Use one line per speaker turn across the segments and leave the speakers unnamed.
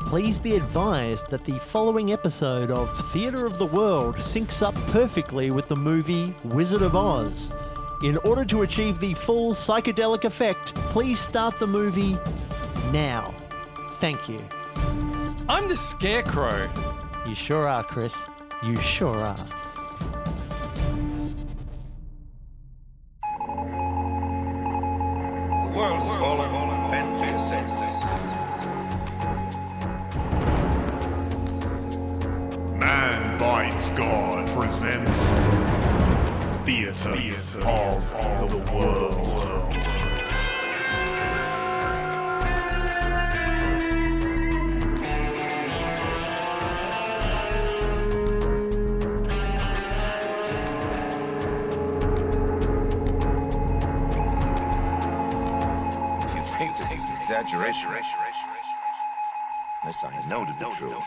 Please be advised that the following episode of Theatre of the World syncs up perfectly with the movie Wizard of Oz. In order to achieve the full psychedelic effect, please start the movie now. Thank you.
I'm the scarecrow.
You sure are, Chris. You sure are.
The world is fallen, fend for yourself.
Man Bites God presents Theater, of, the World.
You think this is exaggeration? Unless I know to be true.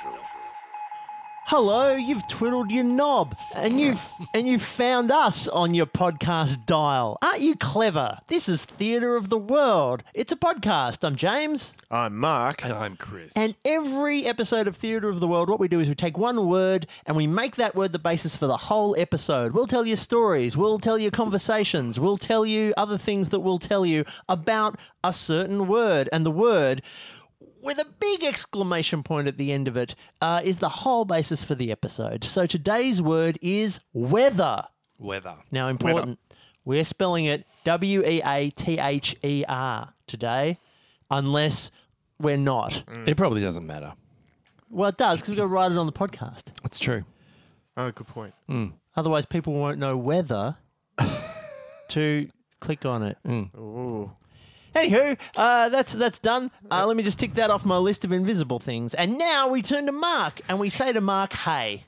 Hello, you've twiddled your knob and you've and you've found us on your podcast dial. Aren't you clever? This is Theatre of the World. It's a podcast. I'm James.
I'm Mark.
And I'm Chris.
And every episode of Theatre of the World, what we do is we take one word and we make that word the basis for the whole episode. We'll tell you stories, we'll tell you conversations, we'll tell you other things that we'll tell you about a certain word. And the word, with a big exclamation point at the end of it, uh, is the whole basis for the episode. So today's word is weather.
weather.
Now, important, we're spelling it W E A T H E R today, unless we're not.
It probably doesn't matter.
Well, it does because we've got to write it on the podcast.
That's true.
Oh, good point.
Otherwise, people won't know whether to click on it.
Hmm.
Ooh.
Anywho, uh, that's that's done. Uh, let me just tick that off my list of invisible things. And now we turn to Mark and we say to Mark, "Hey,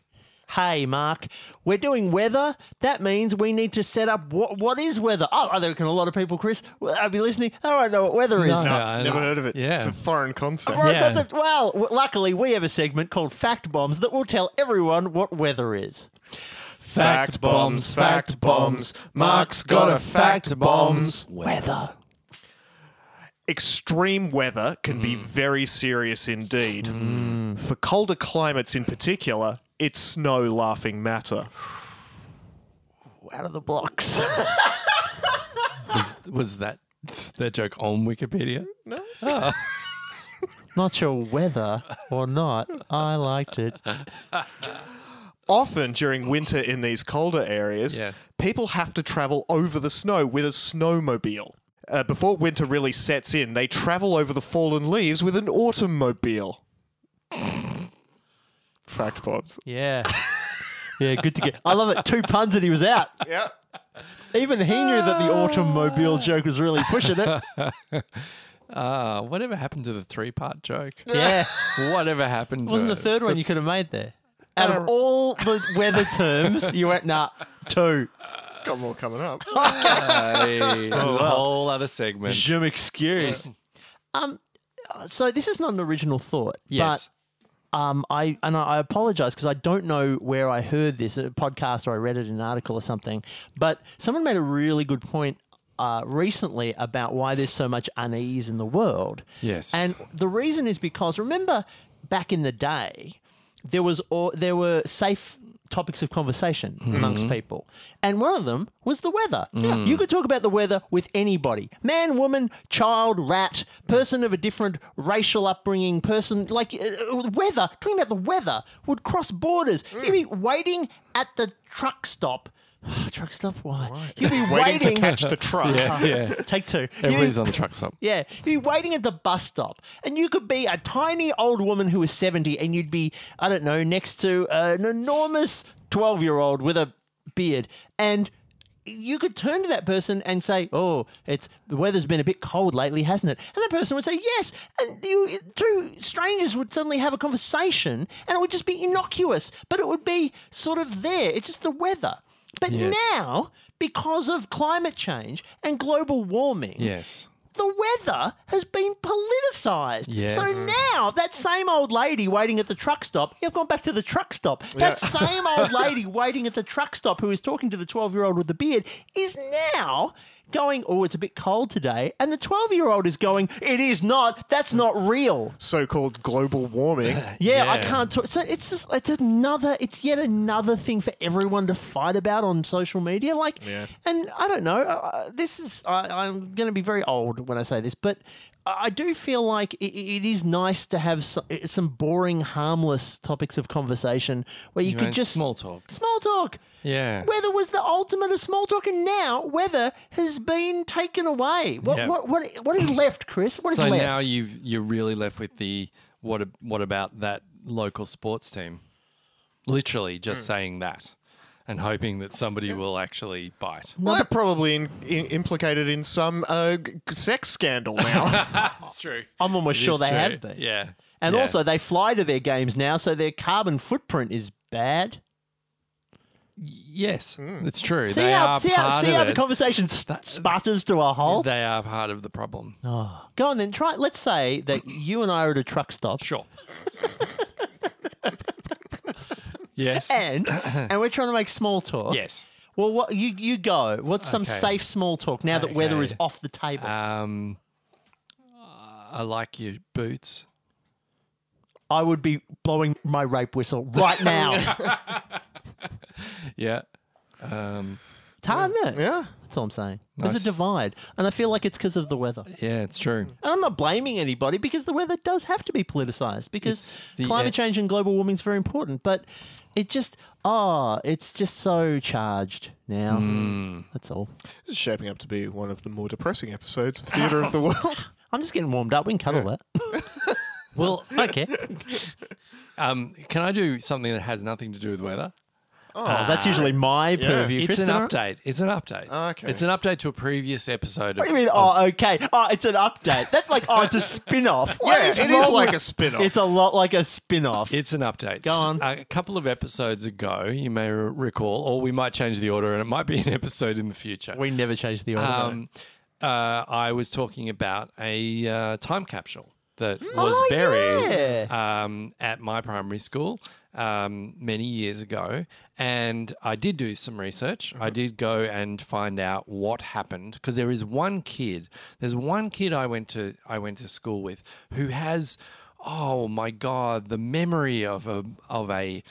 hey, Mark, we're doing weather. That means we need to set up what what is weather. Oh, I reckon a lot of people, Chris, well, I'll be listening. I don't know what weather is.
No.
No,
Yeah, I
never
know.
heard of it.
Yeah.
It's a foreign concept.
Well,
Yeah.
that's a- well, w- luckily we have a segment called Fact Bombs that will tell everyone what weather is.
Fact bombs, fact bombs. Mark's got a fact bombs.
Weather.
Extreme weather can
Mm.
be very serious indeed. For colder climates in particular, it's snow laughing matter.
Out of the blocks.
Was, was that that joke on Wikipedia?
Not sure whether or not I liked it.
Often during winter in these colder areas,
Yes.
people have to travel over the snow with a snowmobile. Uh, before winter really sets in, they travel over the fallen leaves with an automobile. Fact bombs.
Yeah. Yeah, good to get. I love it. Two puns and he was out.
Yeah.
Even he knew that the automobile joke was really pushing it.
Uh, whatever happened to the three part joke?
Yeah.
whatever happened to
Wasn't the
it?
third one you could have made there? Out of all the weather terms, you went, nah, two.
Got more coming up.
Hey, there's a
well.
whole other segment.
Jim excuse. Um, so this is not an original thought,
yes.
but um, I and I, I apologize because I don't know where I heard this a podcast or I read it in an article or something. But someone made a really good point uh, recently about why there's so much unease in the world.
Yes.
and the reason is because remember back in the day, there was or, there were safe topics of conversation amongst people, and one of them was the weather. You could talk about the weather with anybody man, woman, child, rat, person of a different racial upbringing, person like uh, uh, weather. Talking about the weather would cross borders. You'd be waiting at the truck stop. truck stop? Why? You'd be
Waiting
waiting.
to catch the truck.
yeah, yeah.
Take two. You'd be
Everybody's on the truck stop.
yeah, you'd be waiting at the bus stop, and you could be a tiny old woman who is 70, and you'd be, I don't know, next to an enormous 12 year old with a beard. And you could turn to that person and say, Oh, it's the weather's been a bit cold lately, hasn't it? And that person would say, Yes. And you, two strangers would suddenly have a conversation, and it would just be innocuous, but it would be sort of there. It's just the weather. But
Yes.
now, because of climate change and global warming,
Yes.
the weather has been politicized.
Yes.
So now that same old lady waiting at the truck stop, you've gone back to the truck stop. That same old lady waiting at the truck stop who is talking to the 12 year old with the beard is now going, oh, it's a bit cold today. And the 12 year old is going, it is not. That's not real.
so-called global warming.
Yeah, I
Yeah.
can't talk. So it's just, it's another, it's yet another thing for everyone to fight about on social media. Like, and I don't know. Uh, this is, I, I'm going to be very old when I say this, but I I do feel like it, it is nice to have so, some boring, harmless topics of conversation where you,
You
could
know,
just
small talk.
Small talk.
Yeah.
Weather was the ultimate of small talk, and now weather has been taken away. What
Yeah.
what, what what is left, Chris? What is
So
left?
now you've you're really left with the what ab- what about that local sports team? Literally just saying that and hoping that somebody will actually bite.
Well, they're probably in, in, implicated in some uh, g- sex scandal now.
That's true.
I'm almost sure they have been.
Yeah.
And
Yeah.
also, they fly to their games now, so their carbon footprint is bad.
yes, it's true.
See
they
how
are
see
part
how, see
of
how the
it.
conversation st- sputters to a halt.
They are part of the problem.
Oh. Go on then. Try. Let's say that you and I are at a truck stop,
Sure. yes.
and and we're trying to make small talk.
yes.
Well, what you you go? What's some
Okay.
safe small talk now that weather is
Okay.
off the table?
Um, I like your boots.
I would be blowing my rape whistle right now.
Yeah. Um,
it's hard, isn't it?
yeah.
That's all I'm saying. There's
Nice.
a divide, and I feel like it's because of the weather. And
yeah, it's true.
I'm not blaming anybody because the weather does have to be politicized because
It's the-
climate
yeah.
change and global warming is very important. But it just, ah, it's just so charged now. That's all.
This is shaping up to be one of the more depressing episodes of Theatre of the World.
I'm just getting warmed up. We can cuddle that.
Well,
Okay.
um, can I do something that has nothing to do with weather?
Oh, that's usually my purview.
It's
Chris,
an
but all right.
update. It's an update.
Okay.
It's an update to a previous episode.
Oh, What do you mean? Oh, okay. Oh, it's an update. That's like, oh, it's a spin off.
yeah, it is like a spin-off.
It's a lot like a spin off.
It's an update.
Go on.
A couple of episodes ago, you may re- recall, or we might change the order, and it might be an episode in the future.
We never changed the order. though.
um, uh, I was talking about a uh, time capsule that was
Oh,
buried
yeah.
um, at my primary school um, many years ago. And I did do some research.
Mm-hmm.
I did go and find out what happened because there is one kid. There's one kid I went to I went to school with who has, oh my god, the memory of a of a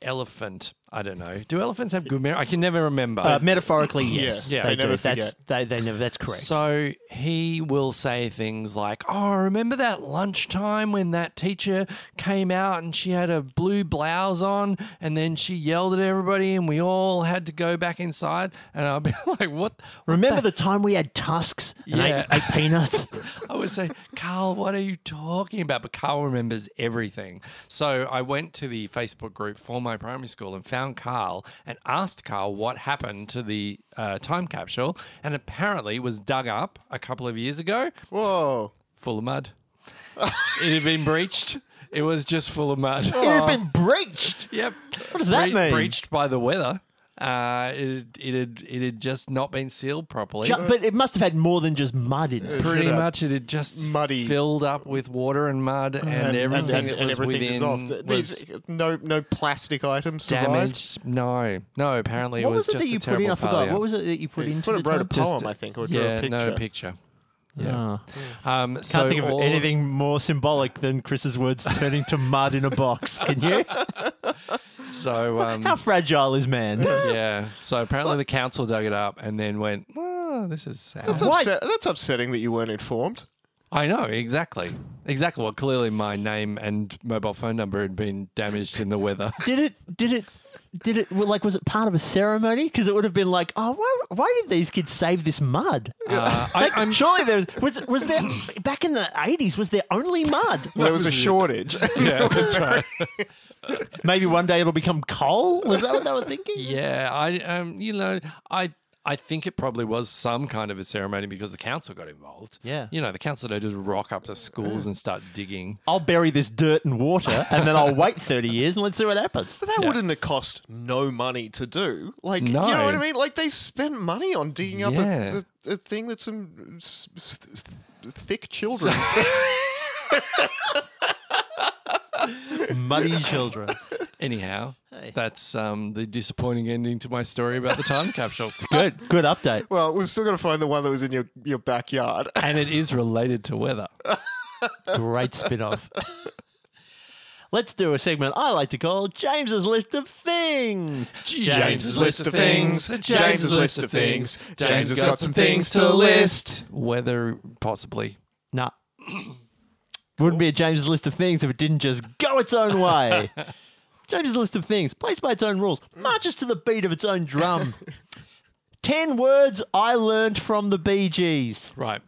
elephant. I don't know. Do elephants have good memory? I can never remember.
Uh, metaphorically, yes.
Yeah,
they,
they
do.
never
That's, they, they never. That's correct.
So he will say things like, Oh, remember that lunchtime when that teacher came out and she had a blue blouse on and then she yelled at everybody and we all had to go back inside? And I'll be like, What?
Remember the time we had tusks and
Yeah.
ate, ate peanuts?
I would say, Carl, what are you talking about? But Carl remembers everything. So I went to the Facebook group for my primary school and found Carl and asked Carl what happened to the uh, time capsule. And apparently it was dug up a couple of years ago.
Whoa.
full of mud. it had been breached. It was just full of mud.
it had been breached.
yep. What
does that mean?
Breached by the weather. Uh, it, it had it had just not been sealed properly.
Ju- But it must have had more than just mud in it.
Pretty
Should've.
much, it had just
Muddy.
filled up with water and mud, and, everything
and,
that
and
was
everything
within
dissolved.
was
These, no, no plastic items survived.
damaged. No, no. Apparently,
What
it
was
was,
it
just
that you
a
put
terrible
in? I forgot.
failure.
What was it that you put into
Put
the
it, wrote a
time?
poem,
Just-
I think, or drew
yeah,
a picture.
no picture.
Ah.
Yeah. Um, so
Can't think of
all
anything more symbolic than Chris's words turning to mud in a box. Can you?
So um,
How fragile is man?
yeah. So apparently the council dug it up and then went, oh, this is sad.
That's, upset, that's upsetting that you weren't informed.
I know, exactly. Exactly. Well, clearly my name and mobile phone number had been damaged in the weather.
Did it? Did it? Did it? well, Like, was it part of a ceremony? Because it would have been like, oh, why, why did these kids save this mud?
Uh, I,
Like,
I'm
surely there was, was was there back in the eighties was there only mud?
There was a shortage.
Yeah, that's right.
Maybe one day it'll become coal. Was that what they were thinking?
Yeah, I um, you know, I I think it probably was some kind of a ceremony because the council got involved.
Yeah.
You know, the council don't just rock up to schools and start digging.
I'll bury this dirt in water and then I'll wait thirty years and let's see what happens.
But that wouldn't have cost no money to do. Like,
No.
you know what I mean? Like, they spent money on digging up
Yeah.
a, a, a thing that's some s- s- s- thick children.
Muddy children.
Anyhow,
Hey.
That's um, the disappointing ending to my story about the time capsule. It's
Good, good update.
Well, we've still got to find the one that was in your, your backyard.
And it is related to weather.
Great spin off. Let's do a segment I like to call James's List of Things.
James's list of things, James's list of things, James has got some things to list.
Weather, possibly.
Nah. Wouldn't be a James's List of Things if it didn't just go its own way. James's List of Things, plays by its own rules, marches to the beat of its own drum. 10 words I learned from the Bee Gees.
Right.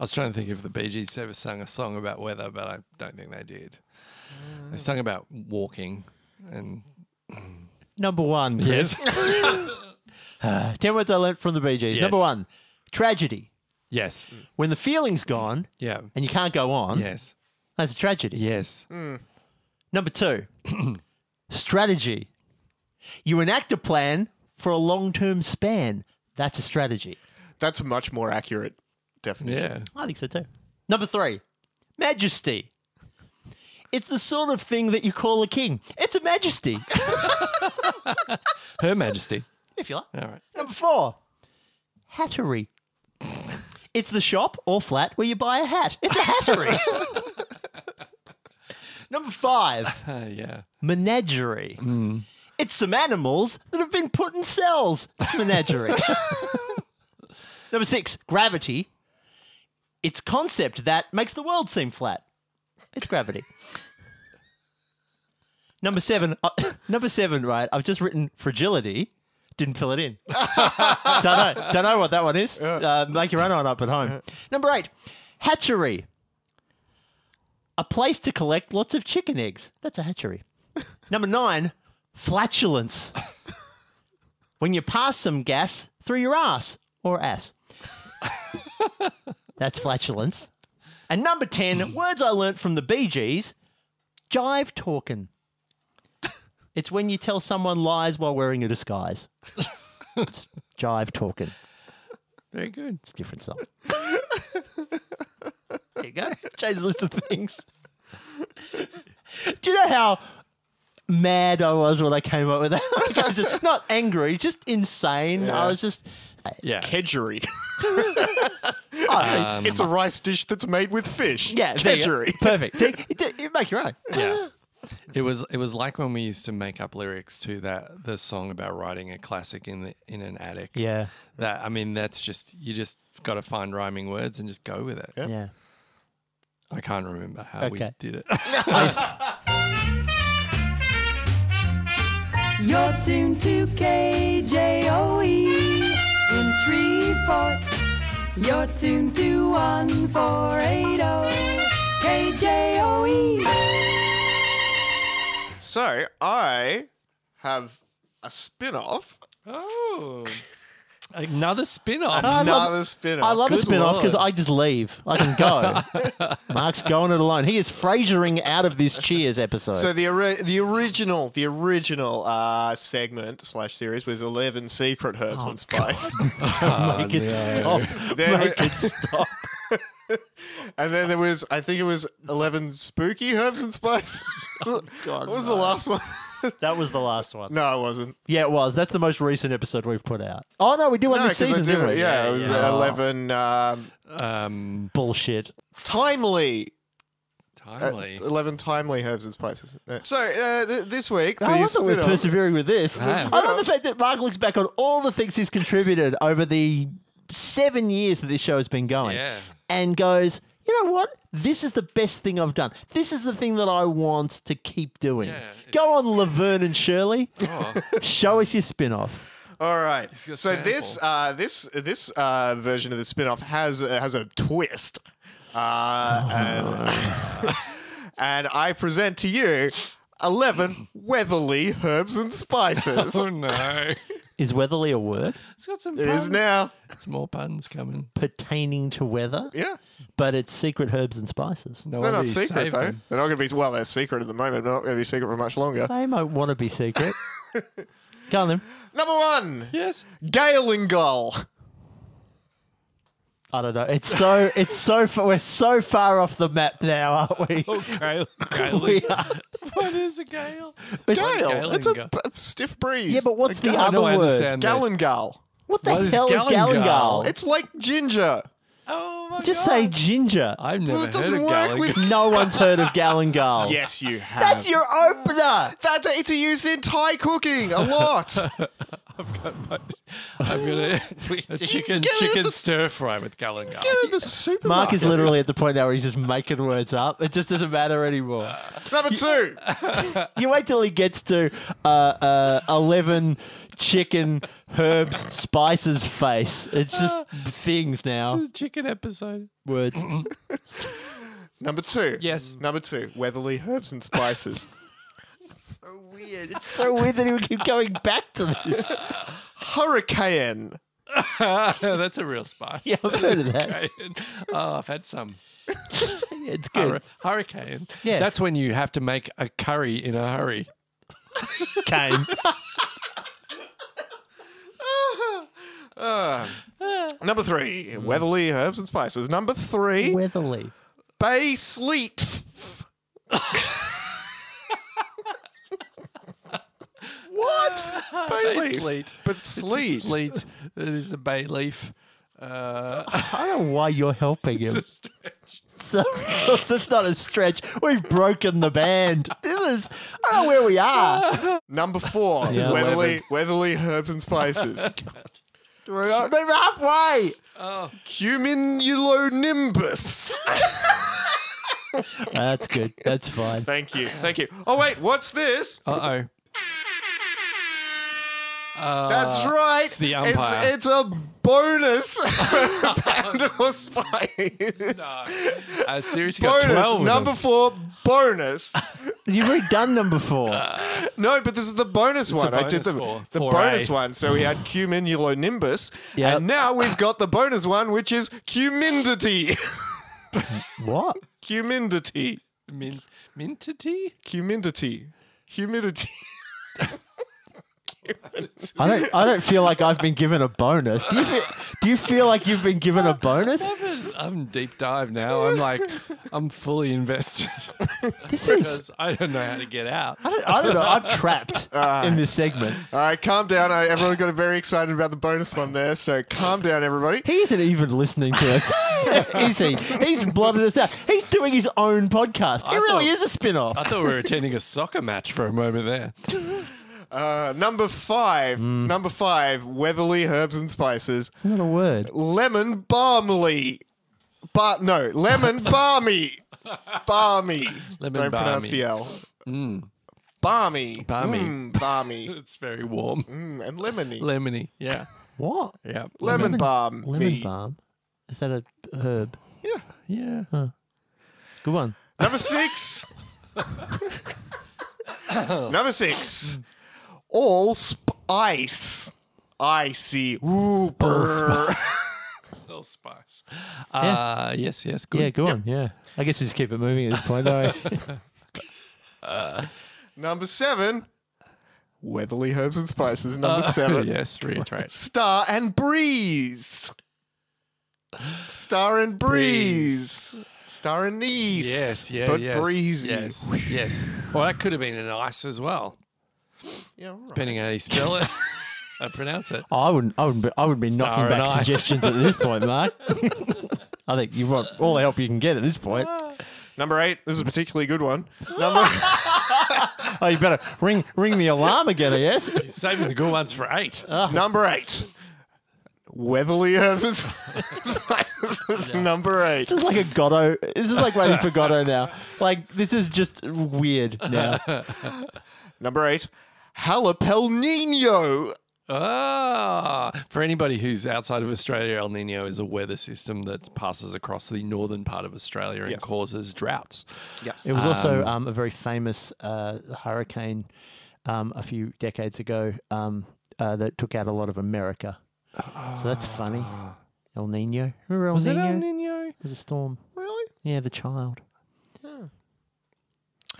I was trying to think if the Bee Gees ever sung a song about weather, but I don't think they did.
Mm.
They sung about walking and
Number one. Yes. 10 words I learned from the Bee Gees.
Yes.
Number one, tragedy.
yes,
When the feeling's gone
yeah,
and you can't go on,
yes,
that's a tragedy.
yes.
Mm. Number two, strategy. You enact a plan for a long term span. That's a strategy.
That's a much more accurate definition.
Yeah.
I think so too. Number three, majesty. It's the sort of thing that you call a king. It's a majesty,
Her Majesty.
if you like.
All right.
Number four, hattery. It's the shop or flat where you buy a hat. It's a hattery. Number five,
Uh, yeah.
menagerie. It's some animals that have been put in cells. It's menagerie. Number six, gravity. It's concept that makes the world seem flat. It's gravity. number seven, uh, number seven, right? I've just written fragility. Didn't fill it in. don't know. Don't know what that one is. Uh, make your own one up at home. Number eight, hatchery. A place to collect lots of chicken eggs. That's a hatchery. Number nine, flatulence. when you pass some gas through your ass or ass. That's flatulence. And number 10, words I learnt from the Bee Gees jive talking. It's when you tell someone lies while wearing a disguise. It's jive talking.
Very good.
It's a different song. there you go. Change the list of things. Do you know how mad I was when I came up with that? Like, I was just, not angry, just insane. I was just.
Yeah. Um,
Kedgery.
Oh,
it's a rice dish that's made with fish.
yeah, there you go.
Kedgery.
Perfect. See, you, you make your own.
Yeah. It was it was like when we used to make up lyrics to that the song about writing a classic in the in an attic.
Yeah.
That I mean that's just you just got to find rhyming words and just go with it.
Yeah.
I can't remember how we
Okay.
did it.
You're tuned to KJOE E in Shreveport. You're tuned to 1480 oh. KJOE.
So I have a spin off.
oh. Another spin-off.
I love-
Another spin off.
I love a
Good
spin off because
lord.
I just leave. I can go. Mark's going it alone. He is frasering out of this Cheers episode.
So the ori- the original the original uh, segment slash series was eleven secret herbs and spice,
Oh, Make it stop.
Then uh, we-
Make it stop.
and then there was I think it was eleven spooky herbs and spice.
Oh, God,
what was
no.
the last one?
That was the last one.
no, it wasn't.
Yeah, it was. That's the most recent episode we've put out. Oh no, we did one
No,
this
because I
season,
did
didn't
it.
we?
Yeah, it was uh,
yeah.
eleven um,
um,
Bullshit.
timely uh,
timely.
11 timely herbs and spices. Uh, So, uh, th- this week,
I
the
love that we're
spin-off-
persevering with this.
Wow.
I love the fact that Mark looks back on all the things he's contributed over the seven years that this show has been going,
Yeah.
and goes, you know what? This is the best thing I've done. This is the thing that I want to keep doing.
Yeah,
Go on, Laverne and Shirley.
Oh.
Show us your spin-off.
All right.
got a
So this
sample.
uh, this this uh, version of the spin-off has uh, has a twist. Uh, and, and I present to you 11 Weatherly herbs and spices.
Oh no.
Is Weatherly a word
it's got some
It
puns.
is now.
It's more puns coming.
pertaining to weather?
Yeah.
But it's secret herbs and spices.
No
They're
wonder
not
you
secret
saved
though.
them.
They're not going to be well, they're secret at the moment. They're not going to be secret for much longer.
They might want to be secret. Go on then.
Number 1,
Yes.
Galingol.
I don't know. It's so it's so far, we're so far off the map now, aren't we?
Okay.
we are.
what is a gale?
Gale.
Gale
That's
and
a
Gale.
b- stiff breeze.
Yeah, but what's
A
the
gal-
I know,
other
I
word?
understand that.
Galangal.
What the
What is
hell is
Galangal?
galangal?
It's like ginger.
Oh my
Just
God.
say ginger.
I've
Well,
never
it doesn't
heard of
work
Gallagher.
with.
No one's heard of galangal.
Yes, you have.
That's your opener.
That it's used in Thai cooking a lot.
I've got my, I've got a, a chicken
get it at
chicken
the-
stir fry with Gallagher.
in the supermarket.
Mark is literally at the point now where he's just making words up. It just doesn't matter anymore.
number two.
You wait till he gets to uh, uh, 11 chicken, herbs, spices face. It's just things now,
It's a chicken episode.
words.
Number two.
Yes.
Number two. Weatherly herbs and spices.
It's so weird that he would keep going back to this.
Hurricane.
That's a real spice.
Yeah, I've heard of that.
oh, I've had some.
It's good.
Hurri- hurricane.
Yeah.
That's when you have to make a curry in a hurry.
Cane.
Uh, number three. Weatherly herbs and spices. Number three.
Weatherly.
Bay sleet. what? Bay
Bay
leaf.
sleet.
But sleet.
Sleet. It is a bay leaf. Uh,
I don't know why you're helping him.
it's a stretch.
So it's not a stretch. We've broken the band. This is I don't know where we are.
Number four.
Yeah.
Weatherly, Weatherly herbs and spices.
We're not- we're halfway.
Cumulonimbus.
That's good. That's fine.
Thank you. Thank you. Oh wait, what's this?
Uh-oh. Uh,
That's right. It's
the umpire.
It's, a bonus panda or spice.
I Uh, seriously got
Bonus
12 of
number
them.
four. Bonus.
You've already done number four.
No, but this is the bonus one. I did
bonus
the,
for-
the
for
bonus
A.
one. So we had cumulonimbus,
Yep.
and now we've got the bonus one, which is cumindity.
what?
cumindity.
Min- mintity?
Cumindity. Humidity.
I don't. I don't feel like I've been given a bonus. Do you? Feel, do you feel like you've been given a bonus?
I'm deep dive now. I'm like, I'm fully invested
This is.
because I don't know how to get out.
I don't, I don't know. I'm trapped in this segment.
All right, calm down. I, everyone got very excited about the bonus one there, so calm down, everybody.
He isn't even listening to us, is he? He's blotted us out. He's doing his own podcast. It
I
really
thought-
is a spin-off.
I thought we were attending a soccer match for a moment there.
Uh, number five.
Hmm.
Number five. Weatherly herbs and spices.
Not a word.
Lemon balmly. But no, lemon balmy. Balmy.
Lemon
Don't pronounce
balmy. Hmm.
the uh, L. Balmy.
Balmy.
Mm, balmy.
It's very warm.
Mm, and lemony.
Lemony. Yeah.
What?
Yeah.
lemon balm.
Lemon balm. Is that a herb?
Yeah.
Good one.
Number six. Number six. All spice. I see. Ooh, brr.
Little spice. Uh, Yes, yes. Good.
Yeah, go on. Yeah. I guess we just keep it moving at this point, don't we?
Number seven. Weatherly herbs and
Uh,
spices. Number seven.
yes, reiterate.
Star and breeze. Star and breeze. Star and knees.
Yes, yeah,
But
yes,
breezy.
Yes, yes. Well, that could have been an ice as well,
Yeah, all right.
depending on how you spell it. I pronounce it.
I wouldn't. I wouldn't. Be, I would be
Star
knocking back
and ice.
suggestions at this point, Mark. I think you want all the help you can get at this point.
Number eight. This is a particularly good one. Number
Oh, you better ring ring the alarm again. I guess.
He's saving the good ones for eight.
Number eight. Weatherly herbs and spices. is Number eight.
This is like a Goddo. This is like waiting for Goddo now. Like this is just weird now.
Number eight. Jalapeno.
Ah, for anybody who's outside of Australia, El Nino is a weather system that passes across the northern part of Australia and
Yes.
causes droughts.
Yes.
It was also um, a very famous uh, hurricane um, a few decades ago um, uh, that took out a lot of America. So that's funny. El Nino. Remember El
Ah. Was it
Nino?
El Nino?
There's a storm.
Really?
Yeah, the child.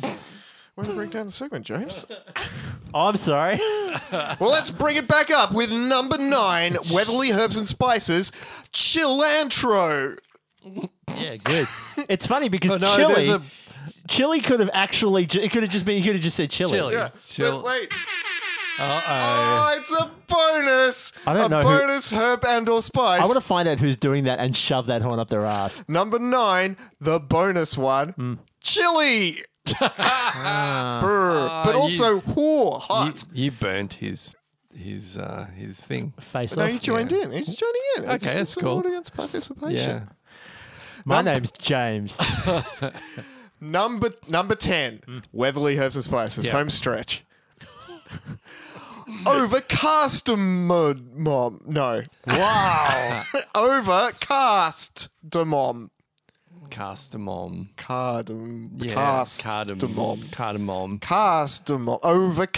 We're going to bring down the segment, James.
Oh, I'm sorry.
Well, let's bring it back up with number nine. Weatherly herbs and spices. Cilantro.
Yeah, good. it's funny because
Oh, no,
chili
there's a-
Chili could have actually. ju- It could have just been. He could have just said chili.
Chili.
Yeah.
Chill.
But wait.
Uh-oh.
Oh, it's a bonus.
I don't
a
know who-
bonus herb and or spice.
I want to find out who's doing that and shove that horn up their ass.
Number nine, the bonus one, chili. Brr. but
Ah, you-
also, whore, hot.
You, you burnt his his uh, his thing.
Face
no,
off.
he joined in. He's joining in. It's-
Okay, that's
it's
cool.
An audience participation.
Yeah.
My
Num-
name's James.
Number number ten, Weatherly Herbs and Spices,
Hmm. Yeah.
home stretch. Overcast mom, no. Wow. Overcast um, mom,
Cardamom.
cardam,
Yeah.
um,
um,
cast um,
Cardamom. Cardamom.
Castamom.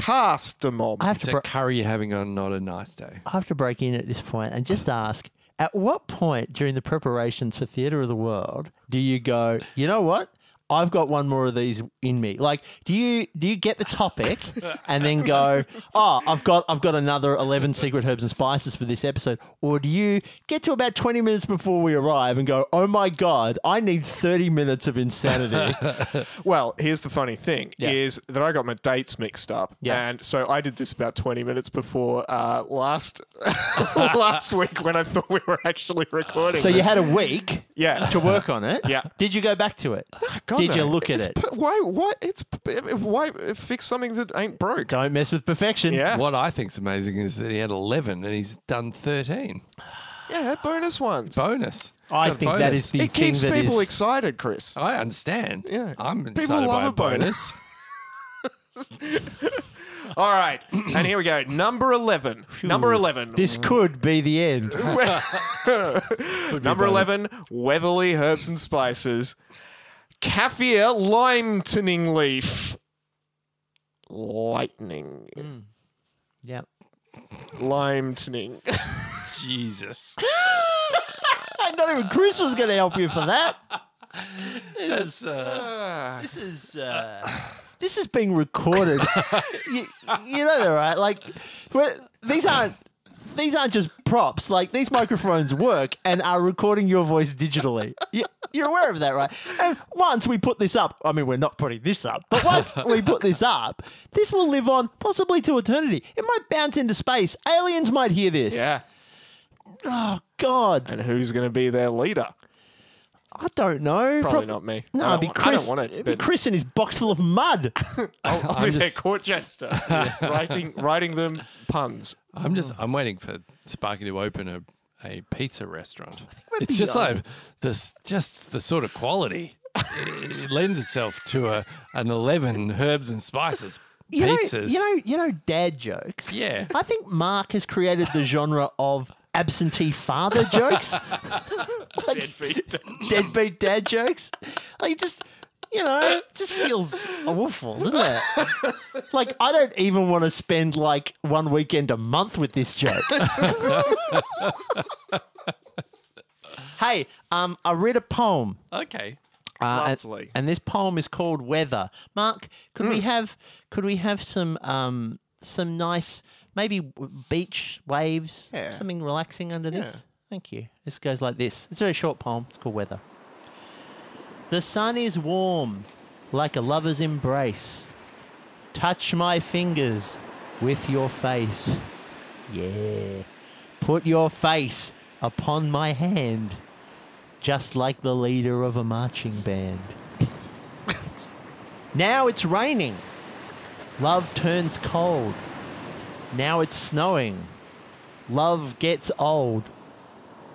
Overcastamom.
I have
It's
to.
a
Bro-
curry you're having on not a nice day.
I have to break in at this point and just ask: At what point during the preparations for Theatre of the World do you go? You know what? I've got one more of these in me. Like, do you do you get the topic and then go, oh, I've got I've got another eleven secret herbs and spices for this episode, or do you get to about twenty minutes before we arrive and go, oh my god, I need thirty minutes of insanity.
Well, here's the funny thing
Yeah.
is that I got my dates mixed up.
Yeah.
And so I did this about 20 minutes before uh, last last week when I thought we were actually recording.
so you
this.
had a week
Yeah.
to work on it.
Yeah.
Did you go back to it?
God,
Did
no.
you look at
It's
it?
p- Why why it's p- why fix something that ain't broke?
Don't mess with perfection.
Yeah.
What I think's amazing is that he had 11 and he's done 13.
Yeah, bonus ones.
Bonus.
I
Got
Oh.
a
think that
bonus.
is the
it
thing
keeps
that
people
is- Oh.
excited, Chris.
I understand.
Yeah.
I'm
People
excited
love
by
a bonus. All right. and here we go. Number 11. Number 11.
This could be the end.
Number 11, Weatherly Herbs and Spices. Kaffir lime tinning leaf. Lightning.
Mm.
yeah.
Lime tinning.
Jesus.
And not even Chris was going to help you for that. Ah,
That's, uh,
This is. Uh, this is being recorded. you, you know that, right? Like, we're- these aren't. These aren't just props. Like these microphones work and are recording your voice digitally. You, you're aware of that, right? And once we put this up, I mean, we're not putting this up, but once we put this up, this will live on possibly to eternity. It might bounce into space. Aliens might hear this.
yeah.
Oh God,
And who's going to be their leader?
I don't know.
Probably
Prob-
not me.
No,
I
it'd
don't,
be
wa- I
Chris.
don't want
it'd
it.
be
But
Chris in his box full of mud.
I'll, I'll be
Oh, I'm
their
just-
court jester. writing, writing them puns.
I'm
Oh.
just, I'm waiting for Sparky to open a, a pizza restaurant.
we're
It's just
beyond-
like this, just the sort of quality. it it lends itself to a, an 11 herbs and spices
You know,
pizzas.
you know, you know, dad jokes.
Yeah.
I think Mark has created the genre of absentee father jokes,
Deadbeat.
deadbeat dad jokes. Like just, you know, it just feels awful, doesn't it? Like I don't even want to spend like one weekend a month with this joke. hey, um, I read a poem.
okay.
Uh, and-
Lovely. Hmm.
And, this poem is called Weather. Mark, could we have could we have some um some nice maybe w- beach waves,
Yeah.
something relaxing under this?
Yeah.
Thank you. This goes like this. It's a very short poem. It's called Weather. The sun is warm, like a lover's embrace. Touch my fingers with your face. Yeah. Put your face upon my hand, just like the leader of a marching band. now it's raining. Love turns cold. Now it's snowing. Love gets old.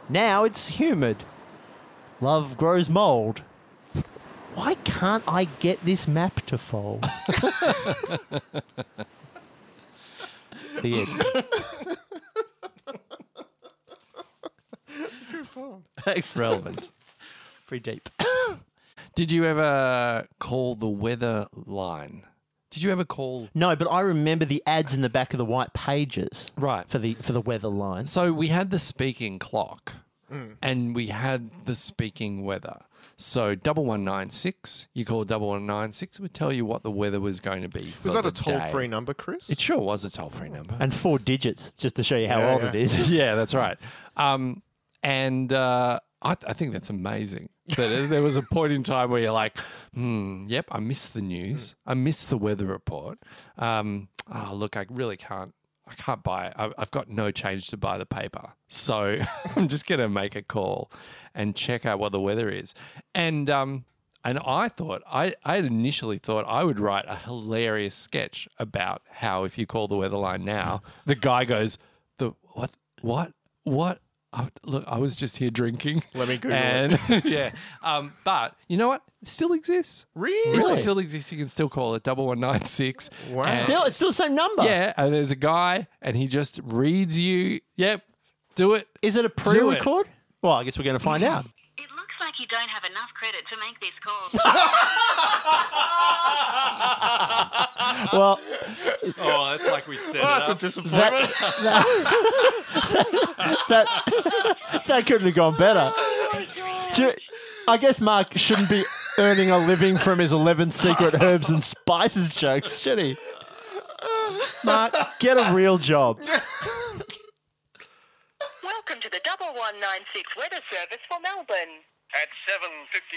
Now it's humid. Love grows mold. Why can't I get this map to fold? the end.
Relevant.
Pretty deep.
Did you ever call the weather line? Did you ever call?
No, but I remember the ads in the back of the white pages.
Right.
For the for the weather line.
So we had the speaking clock
Mm.
and we had the speaking weather. So double one nine six, you call double one nine six, it would tell you what the weather was going to be.
Was
for
that
the
a toll
day.
free number, Chris?
It sure was a toll free number.
And four digits, just to show you how old it is.
yeah, that's right. Um, and uh, I, I think that's amazing. That there was a point in time where you're like, hmm, yep, I miss the news. I miss the weather report. Um, oh, look, I really can't. I can't buy it. I- I've got no change to buy the paper. So I'm just going to make a call and check out what the weather is. And um, and I thought, I, I had initially thought I would write a hilarious sketch about how if you call the weather line now, the guy goes, the what, what, what? I, look, I was just here drinking.
Let me Google
and, it. yeah. Um, but you know what? It still exists.
Really?
It still exists. You can still call it 1196.
Wow.
And-
Still, it's still the same number.
yeah. And there's a guy and he just reads you. Yep. Do it.
Is it a pre-record? Well, I guess we're going to find out.
It looks like you don't have enough credit to make this call.
Well,
Oh, that's like we said.
Well, that's a
up.
disappointment.
that that couldn't have gone better.
Oh
Ju- I guess Mark shouldn't be earning a living from his 11 secret herbs and spices jokes, should he? Mark, get a real job.
Welcome to the 1196 weather service for Melbourne.
At 7.53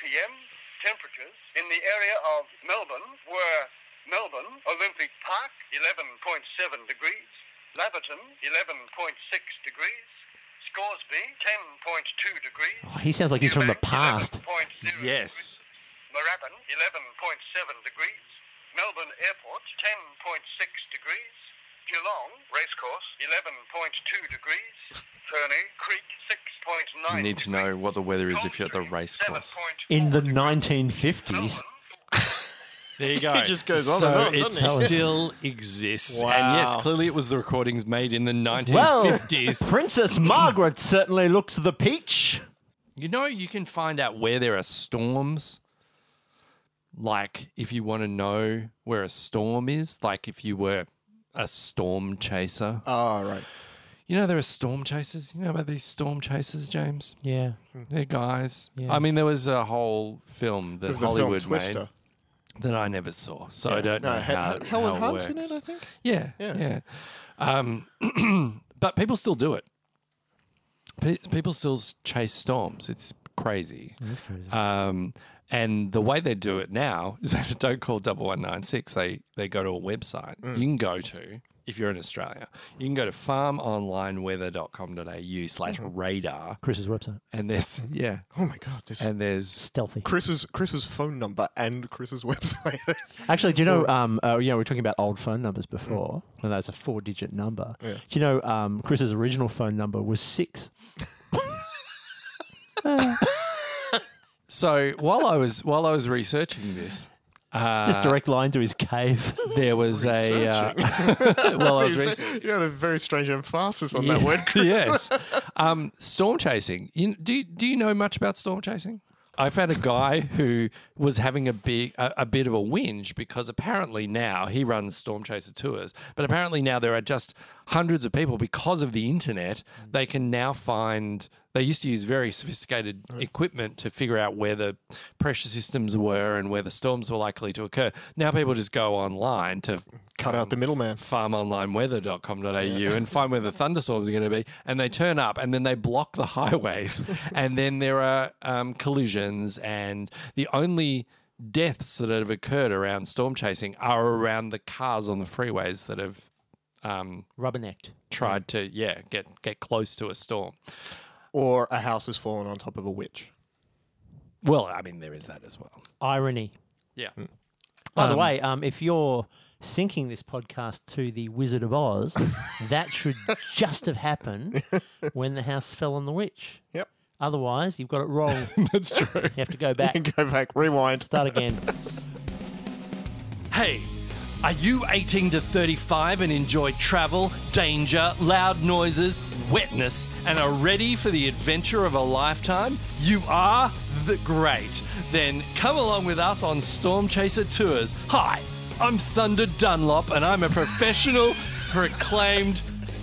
p.m., temperatures in the area of Melbourne were Melbourne, Olympic Park, 11.7 degrees, Laverton, 11.6 degrees, Scoresby, 10.2 degrees.
Oh, he sounds like he's from the past.
Newbank, 11.0
yes.
Moorabbin, 11.7 degrees. Melbourne Airport, 10.6 degrees. Geelong Racecourse, 11.2 degrees. Fernie Creek, 6.9
You need to know what the weather is if you're at the race course.
In the 1950s.
There you go.
It just goes on and
So
on,
it
doesn't it?
still exists. And yes,
Wow.
clearly it was the recordings made in the
Well,
1950s.
Princess Margaret certainly looks the peach.
You know, you can find out where there are storms. Like, if you want to know where a storm is, like if you were a storm chaser.
Oh, right.
You know, there are storm chasers. You know about these storm chasers, James?
Yeah.
Hmm.
They're guys.
Yeah.
I mean, there was a whole film that
There's the film
Hollywood made
Twister.
that I never saw. So I don't
No,
know how,
He-
how
Helen
it
Hunt's in
works.
it, I think.
Yeah, yeah.
Yeah.
Um, but people still do it. Pe- People still s- chase storms. It's crazy. It's crazy. Um, and the way they do it now is they don't call double one nine six. They they go to a website. You can go to if you're in Australia. You can go to farmonlineweather.com.au slash radar,
Chris's website.
and there's yeah,
Oh my god, this
and there's
Stealthy.
Chris's Chris's phone number and Chris's website.
Actually, do you know? Um, uh, you know, we were talking about old phone numbers before, and that's a four-digit number. Do you know um, Chris's original phone number was six?
so while I was while I was researching this,
Just direct line to his cave.
there was a uh, well I was
you,
researching.
said- you had a very strange emphasis on that
Yeah.
word, Chris.
Yes. Um, storm chasing. You, do you- do you know much about storm chasing? I found a guy who was having a big a, a bit of a whinge because apparently now he runs storm chaser tours, but apparently now there are just hundreds of people because of the internet. They can now find. They used to use very sophisticated equipment to figure out where the pressure systems were and where the storms were likely to occur. Now people just go online to
Cut out the middleman.
farmonlineweather.com.au and find where the thunderstorms are going to be. And they turn up and then they block the highways. and then there are um, collisions. And the only deaths that have occurred around storm chasing are around the cars on the freeways that have um,
Rubbernecked.
tried to, yeah, get, get close to a storm.
Or a house has fallen on top of a witch.
Well, I mean, there is that as well. Mm.
Irony.
Yeah.
By the way, um, if you're syncing this podcast to the Wizard of Oz, that should just have happened when the house fell on the witch.
Yep.
Otherwise, you've got it wrong.
That's true.
You have to go back,
Go back, rewind.
start again.
Hey, are you 18 to 35 and enjoy travel, danger, loud noises, wetness, and are ready for the adventure of a lifetime? You are the great. Then come along with us on Storm Chaser Tours. Hi, I'm Thunder Dunlop, and I'm a professional, proclaimed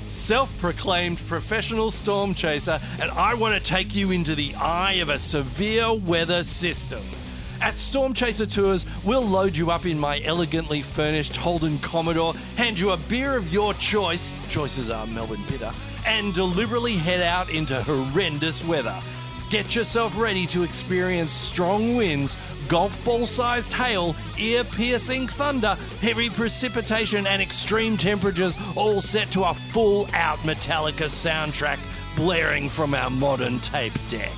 self proclaimed professional storm chaser, and I want to take you into the eye of a severe weather system. At Storm Chaser Tours, we'll load you up in my elegantly furnished Holden Commodore, hand you a beer of your choice, choices are Melbourne Bitter, and deliberately head out into horrendous weather. Get yourself ready to experience strong winds, golf ball sized hail, ear piercing thunder, heavy precipitation, and extreme temperatures, all set to a full out Metallica soundtrack blaring from our modern tape deck.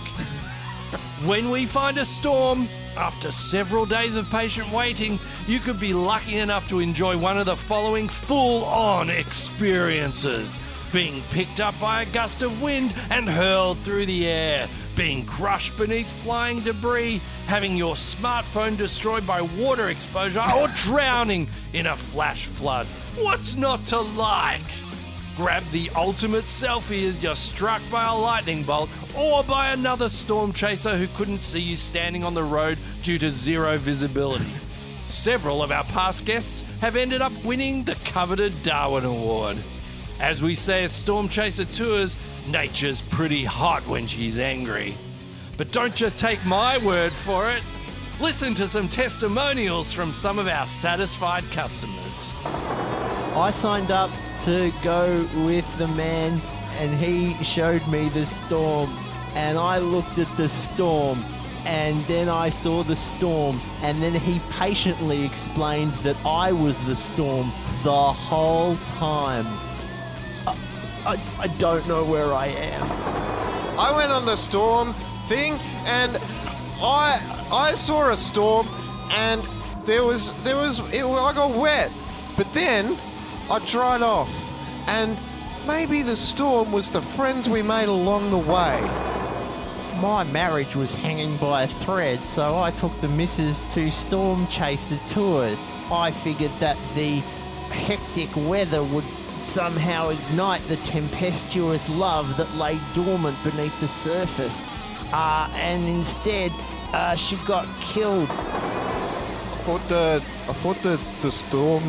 When we find a storm, after several days of patient waiting, you could be lucky enough to enjoy one of the following full on experiences being picked up by a gust of wind and hurled through the air, being crushed beneath flying debris, having your smartphone destroyed by water exposure, or drowning in a flash flood. What's not to like? Grab the ultimate selfie as you're struck by a lightning bolt or by another storm chaser who couldn't see you standing on the road due to zero visibility. Several of our past guests have ended up winning the coveted Darwin Award. As we say at Storm Chaser Tours, nature's pretty hot when she's angry. But don't just take my word for it. Listen to some testimonials from some of our satisfied customers.
I signed up to go with the man, and he showed me the storm. And I looked at the storm, and then I saw the storm, and then he patiently explained that I was the storm the whole time. I, I, I don't know where I am.
I went on the storm thing, and I I saw a storm, and there was there was it, I got wet, but then I dried off, and maybe the storm was the friends we made along the way.
My marriage was hanging by a thread, so I took the missus to storm chaser tours. I figured that the hectic weather would somehow ignite the tempestuous love that lay dormant beneath the surface. Uh, and instead, uh, she got killed.
I thought the I thought the the storm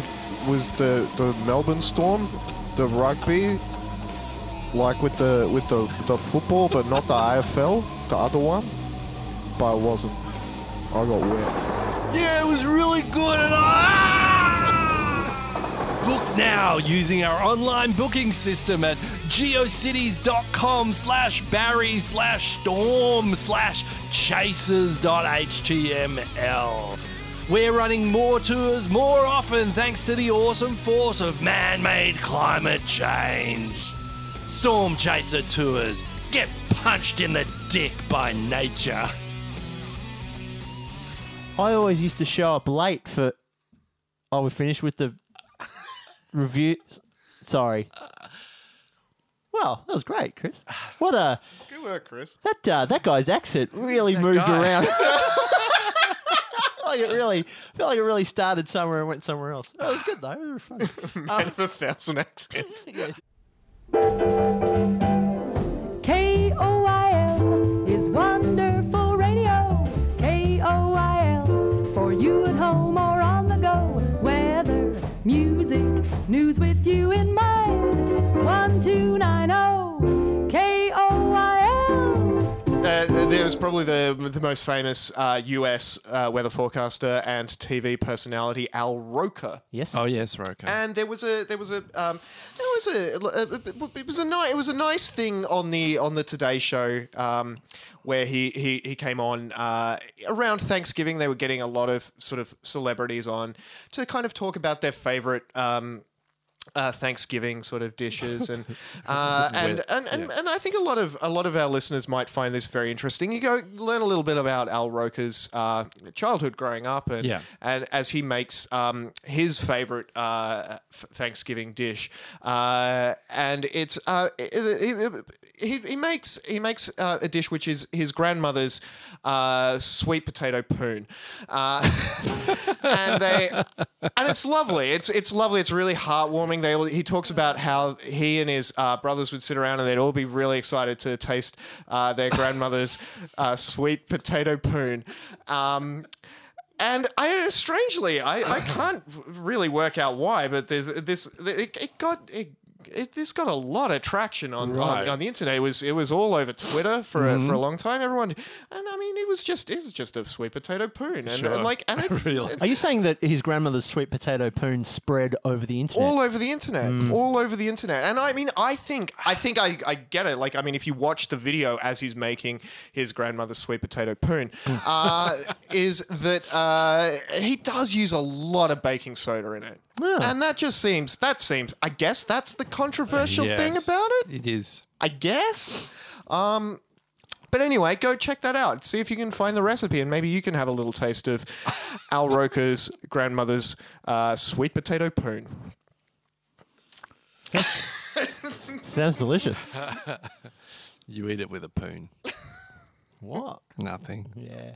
was the the Melbourne storm, the rugby, like with the with the the football, but not the AFL, the other one. But I wasn't. I got wet.
Yeah, it was really good. And ah! Book now using our online booking system at geocities.com slash barry slash storm slash chasers.html. We're running more tours more often thanks to the awesome force of man-made climate change. Storm Chaser Tours. Get punched in the dick by nature.
I always used to show up late for. Oh, we finished with the review. S- Sorry. Well, that was great, Chris. What a
Good work, Chris.
that uh, that guy's accent really moved around. like it really I feel like it really started somewhere and went somewhere else. It was good though. It was funny.
Man of a thousand accents.
K O I L is wonderful radio. K O I L for you at home or on the go. Weather, music, news with you in mind. One two nine oh. K O I L.
Uh, there's probably the the most famous uh, U.S. Uh, weather forecaster and TV personality Al Roker.
yes.
Oh, yes, Roka.
And there was a there was a um, there was a it was a nice it was a nice thing on the on the Today Show um, where he he he came on uh, around Thanksgiving. They were getting a lot of sort of celebrities on to kind of talk about their favorite. Um, uh, Thanksgiving sort of dishes and uh, and, and, and, and I think a lot of a lot of our listeners might find this very interesting. You go learn a little bit about Al Roker's uh, childhood growing up and
Yeah.
and as he makes um, his favorite uh, f- Thanksgiving dish, uh, and it's uh, it- it- he, he makes he makes uh, a dish which is his grandmother's uh, sweet potato poon, uh, and they and it's lovely. It's it's lovely. It's really heartwarming. They all, he talks about how he and his uh, brothers would sit around and they'd all be really excited to taste uh, their grandmother's uh, sweet potato poon. Um, and I strangely, I, I can't really work out why, but there's this. It, it got it it, this got a lot of traction on,
Right. Mm-hmm.
on on the internet. It was it was all over Twitter for a, for a long time. Everyone, and I mean, it was just it was just a sweet potato poon, and,
Sure.
and like and it,
Really.
it's
Are you saying that his grandmother's sweet potato poon spread over the internet?
all over the internet, all over the internet. And I mean, I think I think I, I get it. Like, I mean, if you watch the video as he's making his grandmother's sweet potato poon, uh, is that uh, he does use a lot of baking soda in it. And that just seems that seems I guess that's the controversial thing
Yes,
about it.
It is.
I guess. Um, but anyway, go check that out. See if you can find the recipe, and maybe you can have a little taste of Al Roker's grandmother's uh, sweet potato poon.
Sounds delicious.
You eat it with a poon.
what?
Nothing.
Yeah.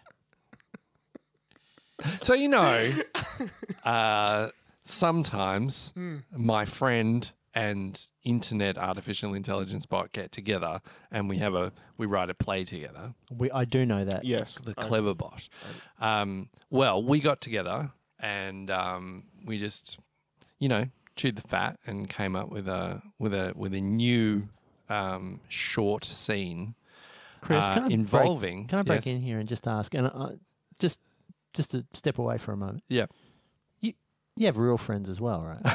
So you know, uh, sometimes
Hmm.
my friend and internet artificial intelligence bot get together and we have a we write a play together.
We, I do know that.
Yes.
The clever bot. Um, well, we got together and um, we just, you know, chewed the fat and came up with a with a with a new um, short scene
Chris,
uh,
can I
involving.
Break, can I break
yes.
in here and just ask? And I, just just to step away for a moment.
Yeah,
You you have real friends as well, right?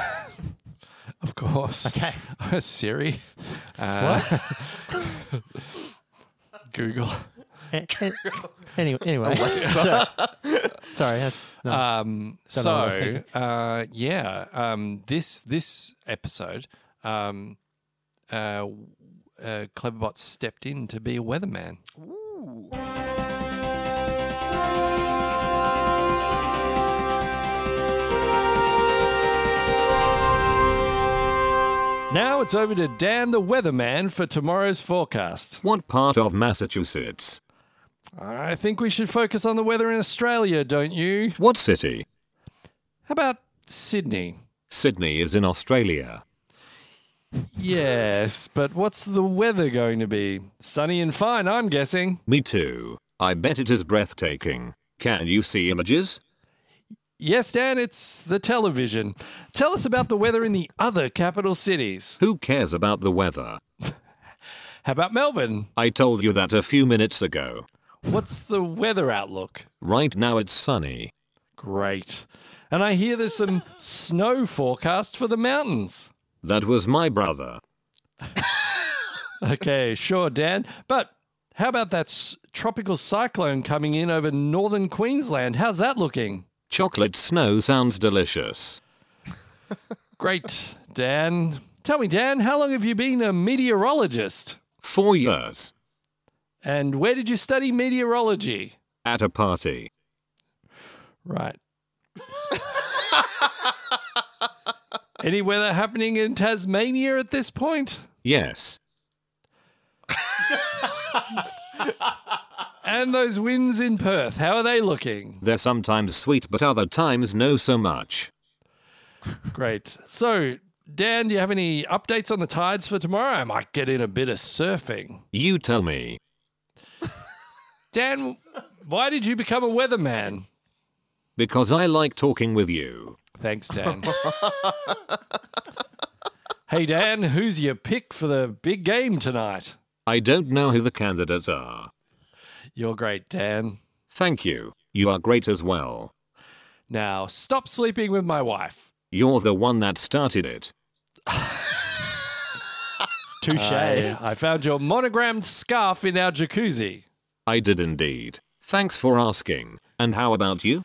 of course.
Okay.
Siri. Uh, Google.
Eh, eh, anyway, anyway. so, sorry. that's- no.
Um,
Don't know what I was
so
thinking.
uh, yeah, um, this this episode, um, uh, uh, Cleverbot stepped in to be a weatherman. Now it's over to Dan the weatherman for tomorrow's forecast.
What part of Massachusetts?
I think we should focus on the weather in Australia, don't you?
What city?
How about Sydney?
Sydney is in Australia.
Yes, but what's the weather going to be? Sunny and fine, I'm guessing.
Me too. I bet it is breathtaking. Can you see images?
Yes, Dan, it's the television. Tell us about the weather in the other capital cities.
Who cares about the weather?
How about Melbourne?
I told you that a few minutes ago.
What's the weather outlook?
Right now it's sunny.
Great. And I hear there's some snow forecast for the mountains.
That was my brother.
Okay, sure, Dan. But how about that s- tropical cyclone coming in over northern Queensland? How's that looking?
Chocolate snow sounds delicious.
Great, Dan. Tell me, Dan, how long have you been a meteorologist?
Four years.
And where did you study meteorology?
At a party.
Right. Any weather happening in Tasmania at this point?
Yes.
And those winds in Perth, how are they looking?
They're sometimes sweet but other times no so much.
Great. So, Dan, do you have any updates on the tides for tomorrow? I might get in a bit of surfing.
You tell me.
Dan, why did you become a weatherman?
Because I like talking with you.
Thanks, Dan. hey, Dan, who's your pick for the big game tonight?
I don't know who the candidates are.
You're great, Dan.
Thank you. You are great as well.
Now, stop sleeping with my wife.
You're the one that started it.
Touche.
I, I found your monogrammed scarf in our jacuzzi.
I did indeed. Thanks for asking. And how about you?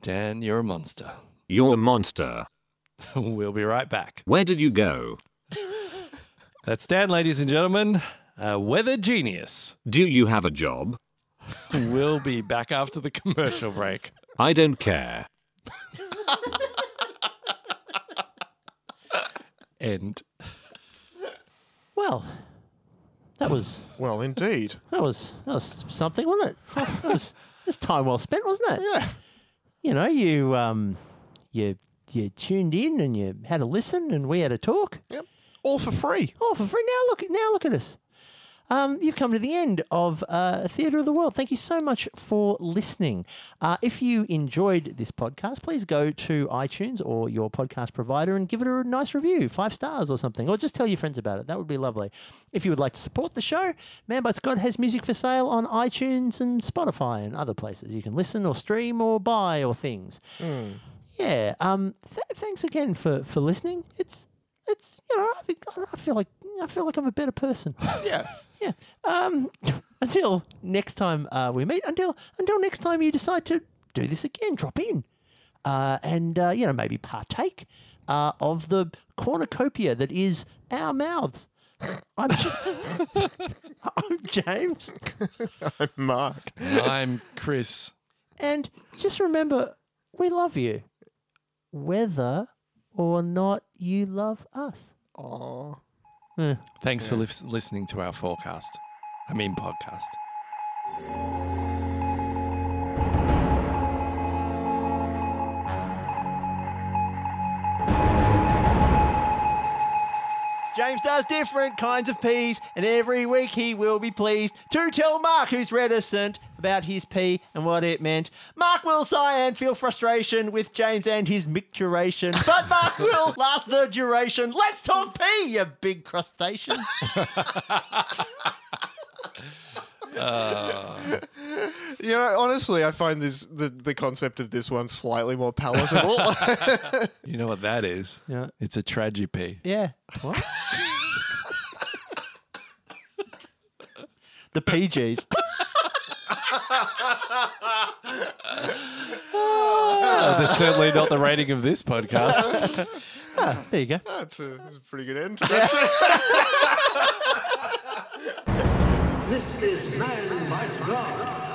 Dan, you're a monster.
You're a monster.
we'll be right back.
Where did you go?
That's Dan, ladies and gentlemen. A weather genius.
Do you have a job?
We'll be back after the commercial break.
I don't care.
End.
Well, that was
Well, indeed.
that was that was something, wasn't it? Oh, That was, it was time well spent, wasn't it?
Yeah.
You know, you um, you you tuned in and you had a listen, and we had a talk.
Yep. All for free.
Oh, for free! Now look, now look at us. Um, you've come to the end of uh, Theatre of the World. Thank you so much for listening. Uh, if you enjoyed this podcast, please go to iTunes or your podcast provider and give it a nice review, five stars or something, or just tell your friends about it. That would be lovely. If you would like to support the show, Man Bites God has music for sale on iTunes and Spotify and other places. You can listen or stream or buy or things. Yeah. Um. Th- thanks again for for listening. It's it's you know I think I feel like I feel like I'm a better person.
Yeah.
yeah. Um. Until next time uh, we meet. Until until next time you decide to do this again. Drop in. Uh, and uh, you know maybe partake uh, of the cornucopia that is our mouths. I'm, Ja- I'm James,
Mark.
I'm Chris.
and just remember, we love you, whether or not you love us.
Oh.
Thanks for lis- listening to our forecast. I mean, podcast.
James does different kinds of peas, and every week he will be pleased to tell Mark, who's reticent about his pea and what it meant. Mark will sigh and feel frustration with James and his micturation, but Mark will last the duration. Let's talk pea, you big crustacean.
You know, honestly, I find this the, the concept of this one slightly more palatable.
You know what that is?
Yeah.
It's a tragedy.
Yeah. What? the PGs.
That's Uh, certainly not the rating of this podcast.
There you go.
that's, a, that's a pretty good end. That's it.
This is Man Bites God.